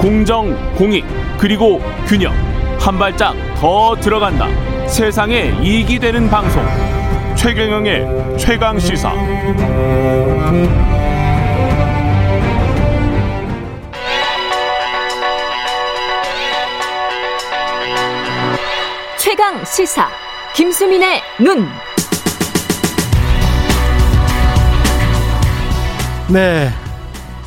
공정, 공익, 그리고 균형. 한 발짝 더 들어간다. 세상에 이익이 되는 방송. 최경영의 최강 시사. 최강 시사 김수민의 눈. 네.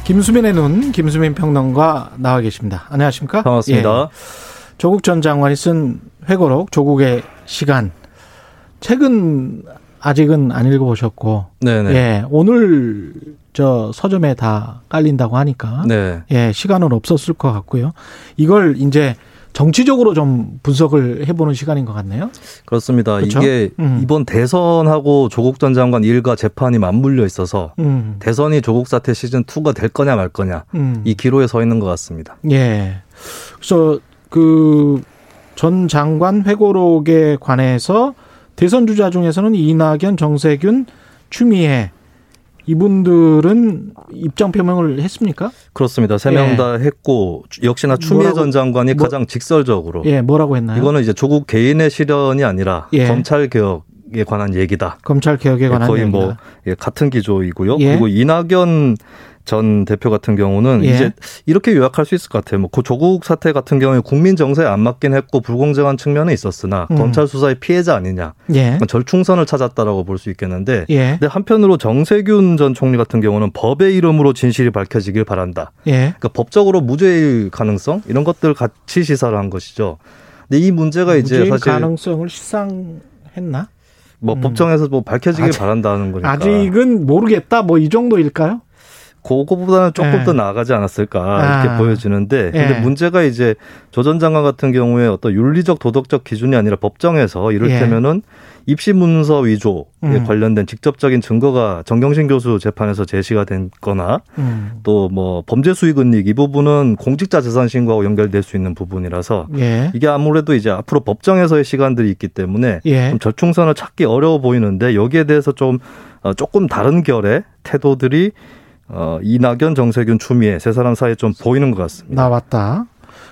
김수민의 눈, 김수민 평론가 나와 계십니다. 안녕하십니까? 반갑습니다. 예. 조국 전 장관이 쓴 회고록 조국의 시간. 책은 아직은 안 읽어보셨고, 네네. 예, 오늘 저 서점에 다 깔린다고 하니까, 네. 예, 시간은 없었을 것 같고요. 이걸 이제 정치적으로 좀 분석을 해보는 시간인 것 같네요. 그렇습니다. 그쵸? 이게 음. 이번 대선하고 조국 전 장관 일과 재판이 맞물려 있어서 음, 대선이 조국 사태 시즌 2가 될 거냐 말 거냐 음. 이 기로에 서 있는 것 같습니다. 예. 그래서 그 전 장관 회고록에 관해서 대선 주자 중에서는 이낙연, 정세균, 추미애 이분들은 입장 표명을 했습니까? 그렇습니다. 세 예. 명 다 했고 역시나 추미애 뭐라고- 전 장관이 뭐- 가장 직설적으로 예, 뭐라고 했나요? 이거는 이제 조국 개인의 실현이 아니라 예. 검찰 개혁에 관한 얘기다. 검찰 개혁에 관한 거의 얘기다. 뭐 예, 같은 기조이고요. 예. 그리고 이낙연 전 대표 같은 경우는 예. 이제 이렇게 요약할 수 있을 것 같아요. 뭐그 조국 사태 같은 경우에 국민 정서에 안 맞긴 했고 불공정한 측면은 있었으나 음. 검찰 수사의 피해자 아니냐 예. 그러니까 절충선을 찾았다라고 볼 수 있겠는데. 예. 근데 한편으로 정세균 전 총리 같은 경우는 법의 이름으로 진실이 밝혀지길 바란다. 예. 그러니까 법적으로 무죄일 가능성 이런 것들 같이 시사를 한 것이죠. 근데 이 문제가 네, 이제 무죄인 사실 가능성을 실상했나? 뭐 음. 법정에서 뭐 밝혀지길 아직- 바란다는 거니까 아직은 모르겠다. 뭐 이 정도일까요? 그거보다는 조금 예. 더 나아가지 않았을까 아. 이렇게 보여지는데 예. 근데 문제가 이제 조 전 장관 같은 경우에 어떤 윤리적 도덕적 기준이 아니라 법정에서 이를테면은 입시 문서 위조에 예. 음. 관련된 직접적인 증거가 정경심 교수 재판에서 제시가 된거나 음. 또 뭐 범죄 수익 은닉 이 부분은 공직자 재산 신고하고 연결될 수 있는 부분이라서 예. 이게 아무래도 이제 앞으로 법정에서의 시간들이 있기 때문에 예. 좀 절충선을 찾기 어려워 보이는데 여기에 대해서 좀 어, 조금 다른 결의 태도들이 어, 이낙연, 정세균, 추미애 세 사람 사이에 좀 보이는 것 같습니다. 나왔다.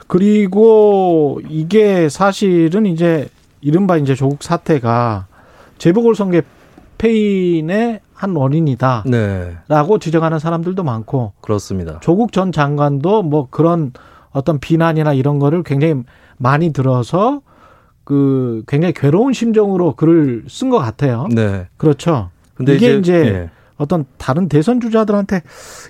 그리고 이게 사실은 이제 이른바 이제 조국 사태가 재보궐선거 패인의 한 원인이다라고 네, 지적하는 사람들도 많고 그렇습니다. 조국 전 장관도 뭐 그런 어떤 비난이나 이런 거를 굉장히 많이 들어서 그 굉장히 괴로운 심정으로 글을 쓴 것 같아요. 네. 그렇죠. 근데 이게 이제 예. 어떤 다른 대선 주자들한테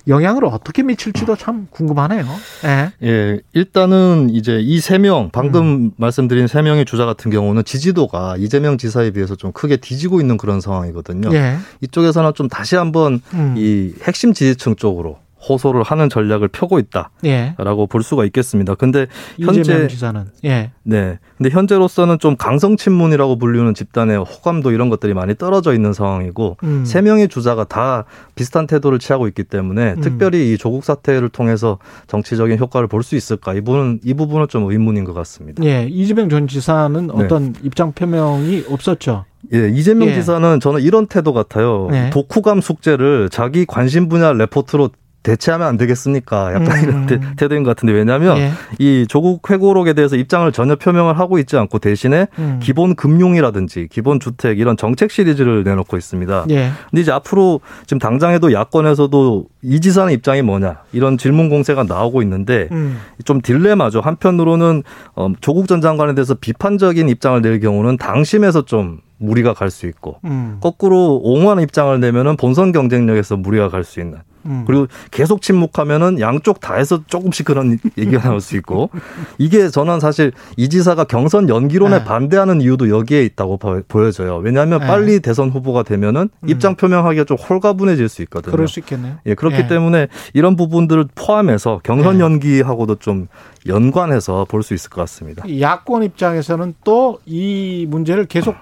영향을 어떻게 미칠지도 참 궁금하네요. 예. 예, 일단은 이제 이 세 명, 음. 방금 말씀드린 세 명의 주자 같은 경우는 지지도가 이재명 지사에 비해서 좀 크게 뒤지고 있는 그런 상황이거든요. 예. 이쪽에서는 좀 다시 한번 음. 이 핵심 지지층 쪽으로 호소를 하는 전략을 펴고 예. 있다라고 볼 수가 있겠습니다. 근데 이재명 현재 지사는 예. 네. 근데 현재로서는 좀 강성 친문이라고 불리는 집단의 호감도 이런 것들이 많이 떨어져 있는 상황이고 음. 세 명의 주자가 다 비슷한 태도를 취하고 있기 때문에 음. 특별히 이 조국 사태를 통해서 정치적인 효과를 볼 수 있을까? 이 부분은 이 부분은 좀 의문인 것 같습니다. 예, 이재명 전 지사는 네. 어떤 입장 표명이 없었죠. 예, 이재명 예. 지사는 저는 이런 태도 같아요. 네. 독후감 숙제를 자기 관심 분야 레포트로 대체하면 안 되겠습니까? 약간 음. 이런 태, 태도인 것 같은데 왜냐하면 예. 이 조국 회고록에 대해서 입장을 전혀 표명을 하고 있지 않고 대신에 음. 기본 금융이라든지 기본 주택 이런 정책 시리즈를 내놓고 있습니다. 예. 근데 이제 앞으로 지금 당장에도 야권에서도 이 지사는 입장이 뭐냐 이런 질문 공세가 나오고 있는데 음. 좀 딜레마죠. 한편으로는 어, 조국 전 장관에 대해서 비판적인 입장을 낼 경우는 당심에서 좀 무리가 갈 수 있고 음. 거꾸로 옹호하는 입장을 내면은 본선 경쟁력에서 무리가 갈 수 있는 음. 그리고 계속 침묵하면은 양쪽 다 해서 조금씩 그런 얘기가 나올 수 있고 이게 저는 사실 이 지사가 경선 연기론에 네. 반대하는 이유도 여기에 있다고 보- 보여져요. 왜냐하면 네. 빨리 대선 후보가 되면은 음. 입장 표명하기가 좀 홀가분해질 수 있거든요. 그럴 수 있겠네요. 예, 그렇기 예. 때문에 이런 부분들을 포함해서 경선 네. 연기하고도 좀 연관해서 볼 수 있을 것 같습니다. 야권 입장에서는 또 이 문제를 계속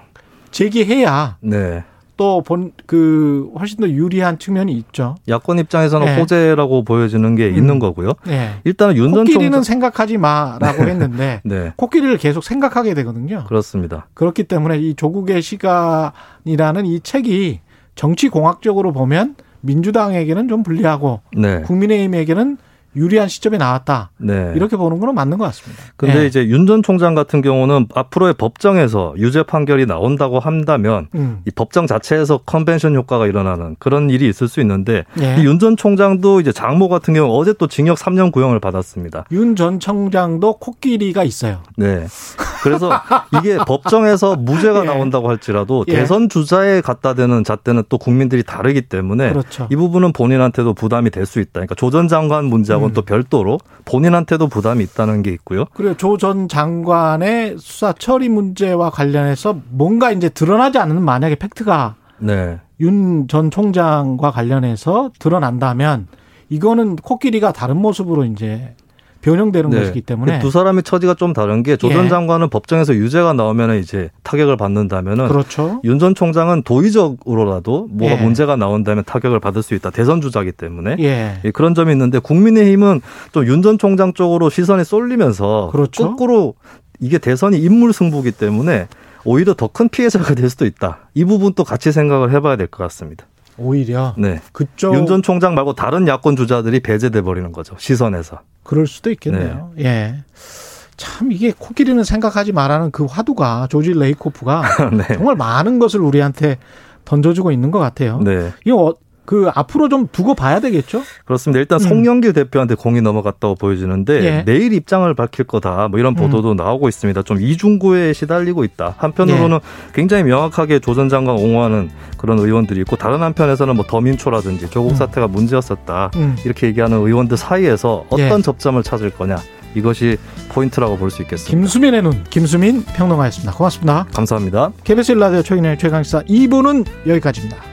제기해야 네. 또 본 그 훨씬 더 유리한 측면이 있죠. 야권 입장에서는 네. 호재라고 보여지는 게 음. 있는 거고요. 예. 일단은 윤전 코끼리는 총장 생각하지 마라고 했는데 네. 코끼리를 계속 생각하게 되거든요. 그렇습니다. 그렇기 때문에 이 조국의 시간이라는 이 책이 정치 공학적으로 보면 민주당에게는 좀 불리하고 네. 국민의힘에게는 유리한 시점에 나왔다. 네. 이렇게 보는 거는 맞는 것 같습니다. 근데 예. 이제 윤 전 총장 같은 경우는 앞으로의 법정에서 유죄 판결이 나온다고 한다면 음. 이 법정 자체에서 컨벤션 효과가 일어나는 그런 일이 있을 수 있는데 예. 이 윤 전 총장도 이제 장모 같은 경우 어제 또 징역 3년 구형을 받았습니다. 윤 전 청장도 코끼리가 있어요. 네. 그래서 이게 법정에서 무죄가 예. 나온다고 할지라도 예. 대선 주자에 갖다 대는 잣대는 또 국민들이 다르기 때문에 그렇죠. 이 부분은 본인한테도 부담이 될 수 있다. 그러니까 조 전 장관 음. 문제하고는 또 별도로 본인한테도 부담이 있다는 게 있고요. 그리고 조 전 장관의 수사 처리 문제와 관련해서 뭔가 이제 드러나지 않는 만약에 팩트가 네. 윤 전 총장과 관련해서 드러난다면 이거는 코끼리가 다른 모습으로 이제 변형되는 것이기 때문에 네. 그 두 사람의 처지가 좀 다른 게 조 전 예. 장관은 법정에서 유죄가 나오면 이제 타격을 받는다면은 그렇죠. 윤 전 총장은 도의적으로라도 뭐가 예. 문제가 나온다면 타격을 받을 수 있다. 대선 주자기 때문에. 예. 예, 그런 점이 있는데 국민의힘은 또 윤 전 총장 쪽으로 시선이 쏠리면서 그렇죠. 거꾸로 이게 대선이 인물 승부기 때문에 오히려 더 큰 피해자가 될 수도 있다. 이 부분도 같이 생각을 해봐야 될 것 같습니다. 오히려 네. 그쪽 윤 전 총장 말고 다른 야권 주자들이 배제돼 버리는 거죠. 시선에서. 그럴 수도 있겠네요. 예. 참 이게 코끼리는 생각하지 말라는 그 화두가 조지 레이코프가 네. 정말 많은 것을 우리한테 던져주고 있는 것 같아요. 네. 이거 어- 그 앞으로 좀 두고 봐야 되겠죠? 그렇습니다. 일단 송영길 대표한테 공이 넘어갔다고 보여지는데 음. 예. 음. 내일 입장을 밝힐 거다. 뭐 이런 보도도 나오고 있습니다. 좀 이중구에 시달리고 있다. 한편으로는 예. 굉장히 명확하게 조 전 장관 옹호하는 그런 의원들이 있고 다른 한편에서는 뭐 더민초라든지 조국 사태가 문제였었다. 음. 이렇게 얘기하는 의원들 사이에서 어떤 예. 접점을 찾을 거냐. 이것이 포인트라고 볼 수 있겠습니다. 김수민의 눈 김수민 평론가였습니다. 고맙습니다. 감사합니다. KBS 일라디오 최인의 최강시사 2부는 여기까지입니다.